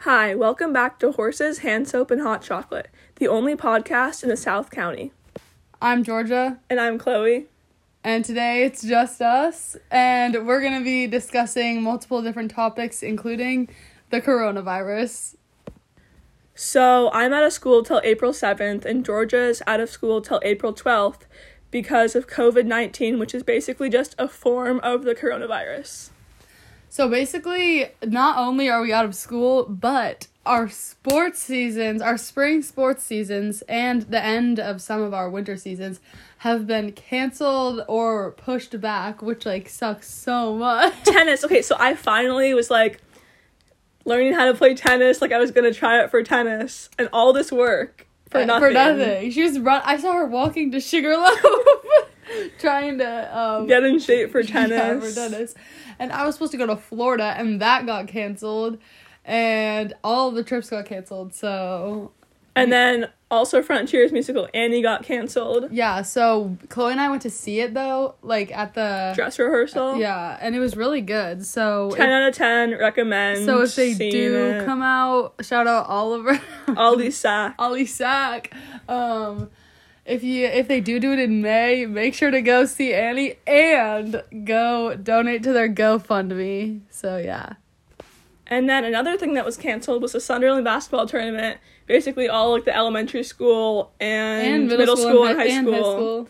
Hi, welcome back to Horses, Hand Soap, and Hot Chocolate, the only podcast in the South County. I'm Georgia, And I'm Chloe. and today it's just us, and we're going to be discussing multiple different topics, including the coronavirus. So, I'm out of school till April 7th, and Georgia is out of school till April 12th because of COVID 19, which is basically just a form of the coronavirus. So basically, not only are we out of school, but our sports seasons, our spring sports seasons, and the end of some of our winter seasons have been canceled or pushed back, which like sucks so much. tennis. Okay, so I finally was like learning how to play tennis, like I was gonna try it for tennis, and all this work for nothing. For nothing. She was run. I saw her walking to Sugarloaf, trying to um, Get in shape for Yeah, for tennis. tennis. And I was supposed to go to Florida, and that got canceled, and all the trips got canceled. So And then also Frontiers musical Annie got canceled. yeah, so Chloe and I went to see it though, like at the Dress rehearsal. yeah, and it was really good. So Ten if- out of ten. Recommend. so if they Seen do it. come out, shout out Oliver. Aldi Sack. Ollie Sack. Um, if you if they do do it in May, make sure to go see Annie and go donate to their GoFundMe. So yeah, And then another thing that was canceled was the Sunderland basketball tournament. Basically, all like the elementary school and, middle, school, and, high and school.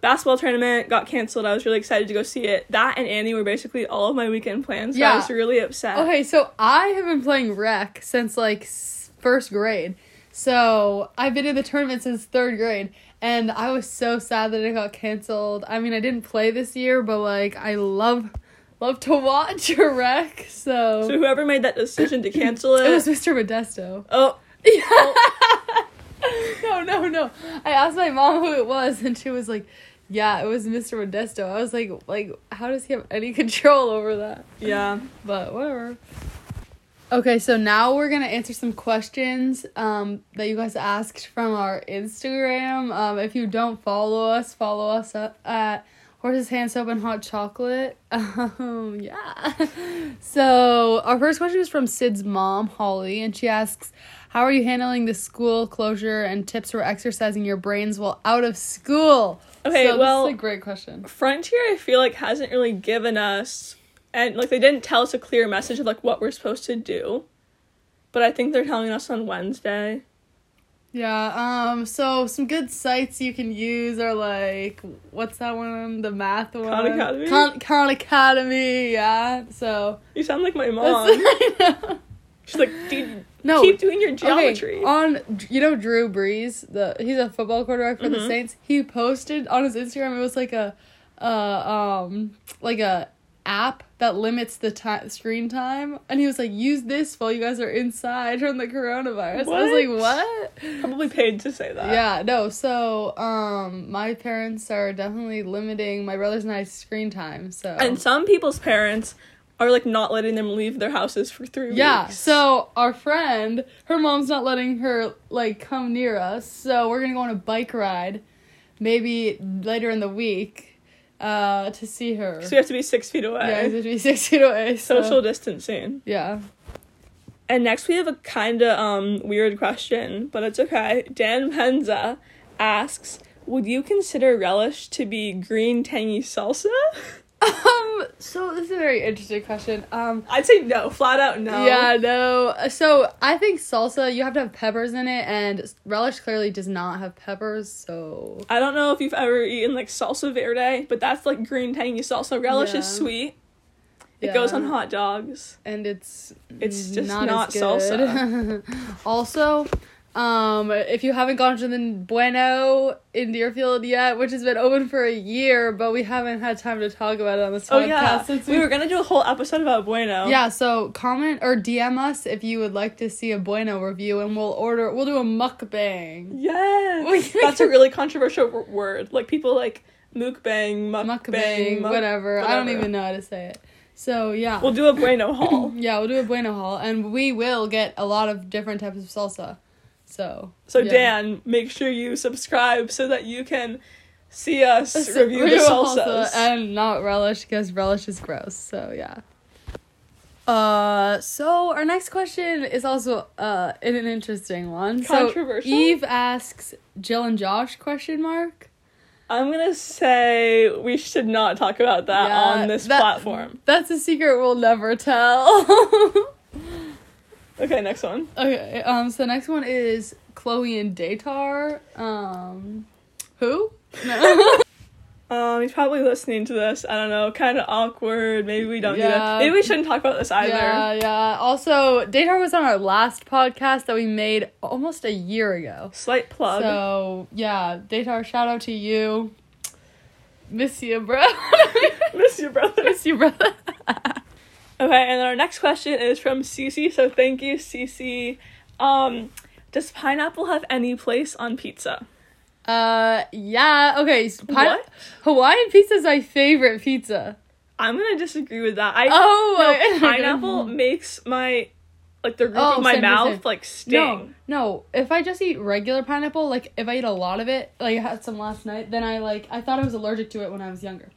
basketball tournament got canceled. I was really excited to go see it. That and Annie were basically all of my weekend plans. So I Yeah. was really upset. Okay, so I have been playing rec since like s- first grade. So I've been in the tournament since third grade, and I was so sad that it got canceled. I mean, I didn't play this year, but like I love love to watch rec. So So, whoever made that decision to cancel it, it was Mr. Modesto. oh, No, no, no. I asked my mom who it was, and she was like, "Yeah, it was Mr. Modesto." I was like, "Like, how does he have any control over that?" yeah. But whatever. Okay, so now we're gonna answer some questions um, that you guys asked from our Instagram. Um, if you don't follow us, follow us up at Horses Hand Soap and Hot Chocolate. Um, yeah. So our first question is from Sid's mom, Holly, and she asks, "How are you handling the school closure and tips for exercising your brains while out of school?" Okay, so well- this is a great question. Frontier, I feel like hasn't really given us, and like they didn't tell us a clear message of like what we're supposed to do. But I think they're telling us on Wednesday. Yeah, um, so some good sites you can use are like what's that one? The math one. Academy? Khan, Khan Academy, yeah. So You sound like my mom. that's- She's like, dude, No. keep doing your geometry. okay, uh, on you know Drew Brees, the he's a football quarterback for Mm-hmm. the Saints. He posted on his Instagram it was like a uh um like a app that limits the time screen time and he was like use this while you guys are inside from the coronavirus. I was What? like, "What?" Probably paid to say that. yeah no so um my parents are definitely limiting my brothers and i's screen time so And some people's parents are like not letting them leave their houses for three yeah weeks. so our friend her mom's not letting her like come near us so we're gonna go on a bike ride maybe later in the week uh to see her So you have to be six feet away. yeah it's gonna be six feet away so Social distancing. yeah And next we have a kind of um, weird question, but it's okay. Dan Penza asks, would you consider relish to be green tangy salsa? um so this is a very interesting question um I'd say no, flat out no. Yeah, no. So I think salsa, you have to have peppers in it, and relish clearly does not have peppers, so. I don't know if you've ever eaten like salsa verde, but that's like green tangy salsa. Relish is Yeah. sweet. It goes Yeah. on hot dogs. And it's. It's mm, just as not good. salsa. also, um, if you haven't gone to the Bueno in Deerfield yet, which has been open for a year, but we haven't had time to talk about it on this Oh podcast yeah, since we were gonna do a whole episode about bueno. Yeah, so comment or DM us if you would like to see a Bueno review, and we'll order. We'll do a mukbang. Yes. We- That's a really controversial w- word. Like people like mukbang, mukbang, mukbang, muk- whatever. I don't whatever. even know how to say it. So yeah, We'll do a bueno haul. yeah, we'll do a bueno haul, and we will get a lot of different types of salsa. So So yeah. Dan, make sure you subscribe so that you can see us So- review the review uh, salsas. and not relish because relish is gross. So yeah. Uh, so our next question is also uh an an interesting one. So Controversial? Eve asks Jill and Josh question mark I'm gonna say we should not talk about that Yeah, Uh, on this that- platform. That's a secret we'll never tell. Okay, next one. okay. Um. So next one is Chloe and Daytar. Um, who? No. Um, he's probably listening to this. I don't know, kind of awkward. Maybe we don't do Yeah. that. Maybe we shouldn't talk about this either. Yeah, yeah. Also, Daytar was on our last podcast that we made almost a year ago. Slight plug. So yeah, Daytar, shout out to you. Miss you, bro. Miss you, brother. Miss you, brother. Okay, and then our next question is from Cece. So thank you, Cece. Um, does pineapple have any place on pizza? Uh, yeah. Okay, s- pine- What? Hawaiian pizza is my favorite pizza. I'm gonna disagree with that. I Oh, no, my- okay. pineapple makes my like the roof Oh, of my same, same, mouth same. like sting. No, no. If I just eat regular pineapple, like if I eat a lot of it, like I had some last night, then I like I thought I was allergic to it when I was younger,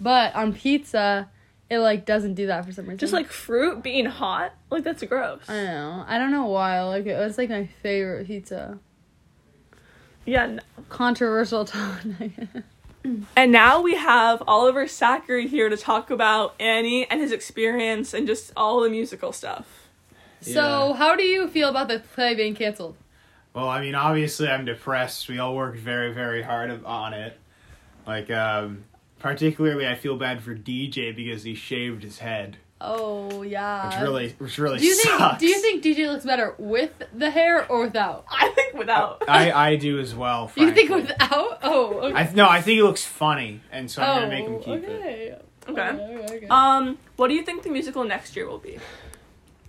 but on pizza, it like doesn't do that for some reason. Just like fruit being hot, like that's gross. I don't know. I don't know why. Like it was like my favorite pizza. Yeah. n- Controversial topic. And now we have Oliver Sackery here to talk about Annie and his experience and just all the musical stuff. So, Yeah. how do you feel about the play being canceled? Well, I mean, obviously, I'm depressed. We all worked very, very hard of- on it. Like, um, particularly, I feel bad for DJ because he shaved his head, Oh yeah. which really, which really Do you think sucks. do you think DJ looks better with the hair or without? I think without. I I do as well. You think frankly. without? Oh. Okay. I no, I think he looks funny, and so I'm oh, gonna make him keep it. okay. Okay. okay, okay. Um, what do you think the musical next year will be?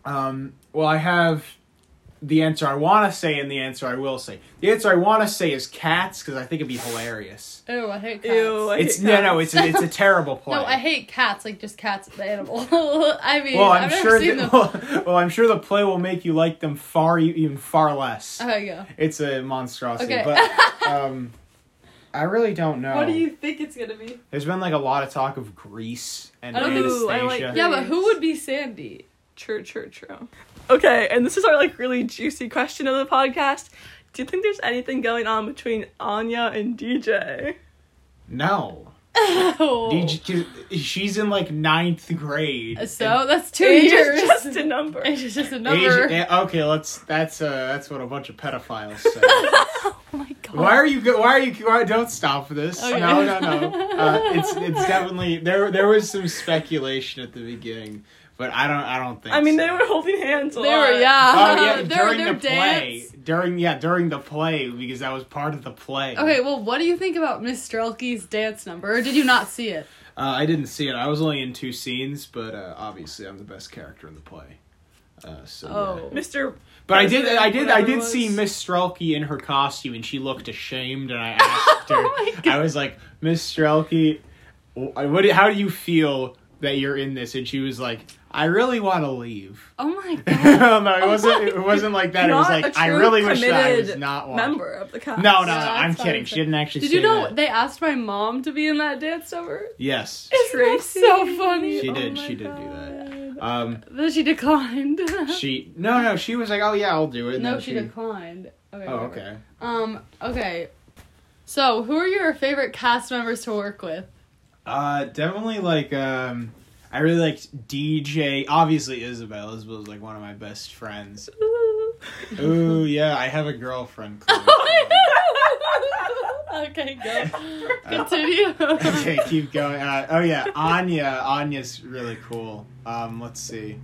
Um, well, I have the answer I want to say and the answer I will say. The answer I want to say is cats because I think it'd be hilarious. Ew, I hate cats. Ew, I It's hate no, cats. no, it's a, it's a terrible play. No, I hate cats, like just cats, the animal. I mean, Well, i I'm have never sure. seen that- them. well, I'm sure the play will make you like them far, e, even far less. Okay, go. It's a monstrosity, Uh-huh. Okay. but um, I really don't know. What do you think it's gonna be? There's been like a lot of talk of Greece and Oh, I don't think- Ooh, I like- Anastasia. Yeah, but who would be Sandy? True, true, true. Okay, and this is our like really juicy question of the podcast. Do you think there's anything going on between Anya and DJ? No, Oh. DJ, she's in like ninth grade. So that's two Age years. is just a number. Age is just a And age- number. eh, okay, let's. That's uh, that's what a bunch of pedophiles say. Oh my god. Why are you? go- Why are you? Why, don't stop this. Okay. No, no, no. Uh, it's it's definitely there. There was some speculation at the beginning, but I don't. I don't think. I mean, so. they were holding hands. A They lot. were, yeah. Oh yeah, they were during their the play. dance. During yeah, during the play because that was part of the play. Uh, Okay, well, what do you think about Miss Strelke's dance number? Or did you not see it? Uh, I didn't see it. I was only in two scenes, but uh, obviously I'm the best character in the play. Uh, so. Oh. yeah. Mr. But I did, I did, Whatever I it did was. see Miss Strelke in her costume, and she looked ashamed. And I asked Oh her, I was like, Miss Strelke, wh- what? do- How do you feel that you're in this? And she was like, I really want to leave. Oh my god. no, it wasn't. It wasn't like that. It was Not like a I true really wish that I was committed not one. member of the cast. No, no, no. Yeah, I'm that's what kidding. I'm She didn't actually. Did say you know that. they asked my mom to be in that dance number? Yes, Tracy. so funny. she Oh did. my she did do that. Um, Then she declined. she no, no. She was like, "Oh yeah, I'll do it." and no, then she declined. Okay. Oh, whatever. okay. Um, okay. So, who are your favorite cast members to work with? Uh, definitely like um, I really liked DJ. Obviously, Isabel. Isabel's like one of my best friends. Ooh, yeah, I have a girlfriend. Chloe. okay, go. Continue. okay, keep going. Uh, oh yeah, Anya. Anya's really cool. Um, let's see.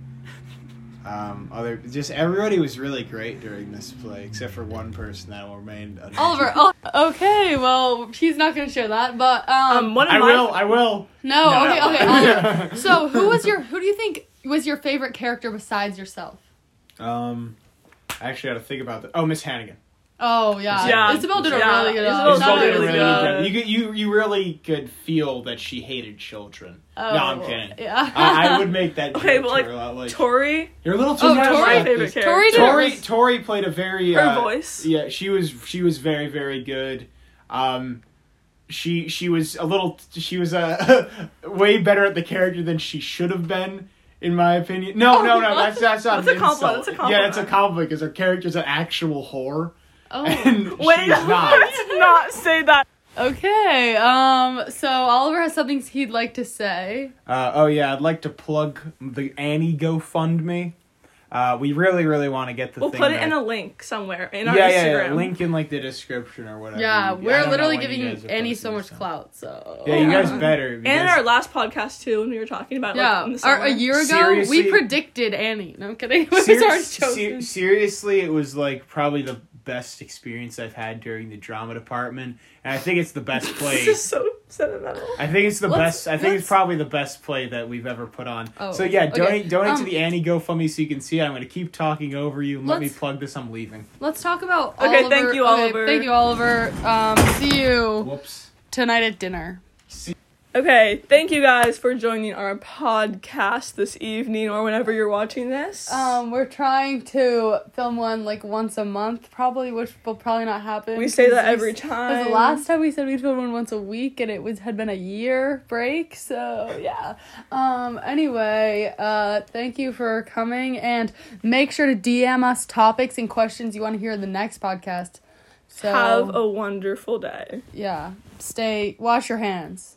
Um, other just everybody was really great during this play except for one person that will remain. unmentioned. Oliver. Oh, okay, well, he's not going to share that, but um, Um, one of I my will. I will. no, No. okay, Oh, okay. Oliver. So, who was your who do you think was your favorite character besides yourself? um, I actually had to think about that. Oh, Miss Hannigan. Oh yeah, Yeah. Isabel did a Yeah. really good job. Isabel Shout out did to a really Isabel. Oh, good- You could, you you really could feel that she hated children. Oh, no, I'm kidding. Yeah. I, I would make that. Okay, joke but, to like, her a lot, like Tori. you're a little too Oh, much Tori- like My favorite this. character. Tori did a Tori Tori played a very Her uh, voice. Yeah, she was she was very very good. Um, she she was a little she was uh, way better at the character than she should have been, in my opinion. No, Oh, no, no. what? That's that's not That's a an compliment, insult. that's a Yeah, it's a compliment. compliment because her character's an actual whore, Oh. and Wait, she's not. let's not say that. okay. Um. So Oliver has something he'd like to say. Uh, oh yeah, I'd like to plug the Annie GoFundMe. Uh, we really, really want to get the We'll thing. put it back. in a link somewhere in yeah, our yeah, Instagram. yeah. Link in like the description or whatever. Yeah, I don't we're know literally when you giving guys are Annie posting so much this now. clout. So Yeah, you guys Yeah. better. you And in guys- our last podcast too, when we were talking about like, Yeah, in the our, a summer. year ago we Seriously- predicted Annie. No I'm kidding. It was Seri- already ser- chosen. seriously, it was like probably the best experience I've had during the drama department, and I think it's the best This play. is so sentimental. I think it's the Let's- best. I think let's- it's probably the best play that we've ever put on. Oh, so yeah, okay. donate donate Um, to the Annie GoFundMe so you can see it. I'm going to keep talking over you. and Let me Let's- plug this. I'm leaving. Let's talk about Oliver. Okay, thank you, Okay, Oliver. thank you, Oliver. Um, see you Whoops. tonight at dinner. Okay, thank you guys for joining our podcast this evening or whenever you're watching this. Um, we're trying to film one like once a month, probably, which will probably not happen. we say that because we every s- 'cause time. The last time we said we'd film one once a week, and it was had been a year break. So yeah. Um. Anyway, uh, thank you for coming, and make sure to DM us topics and questions you want to hear in the next podcast. So Have a wonderful day. yeah, stay. Wash your hands.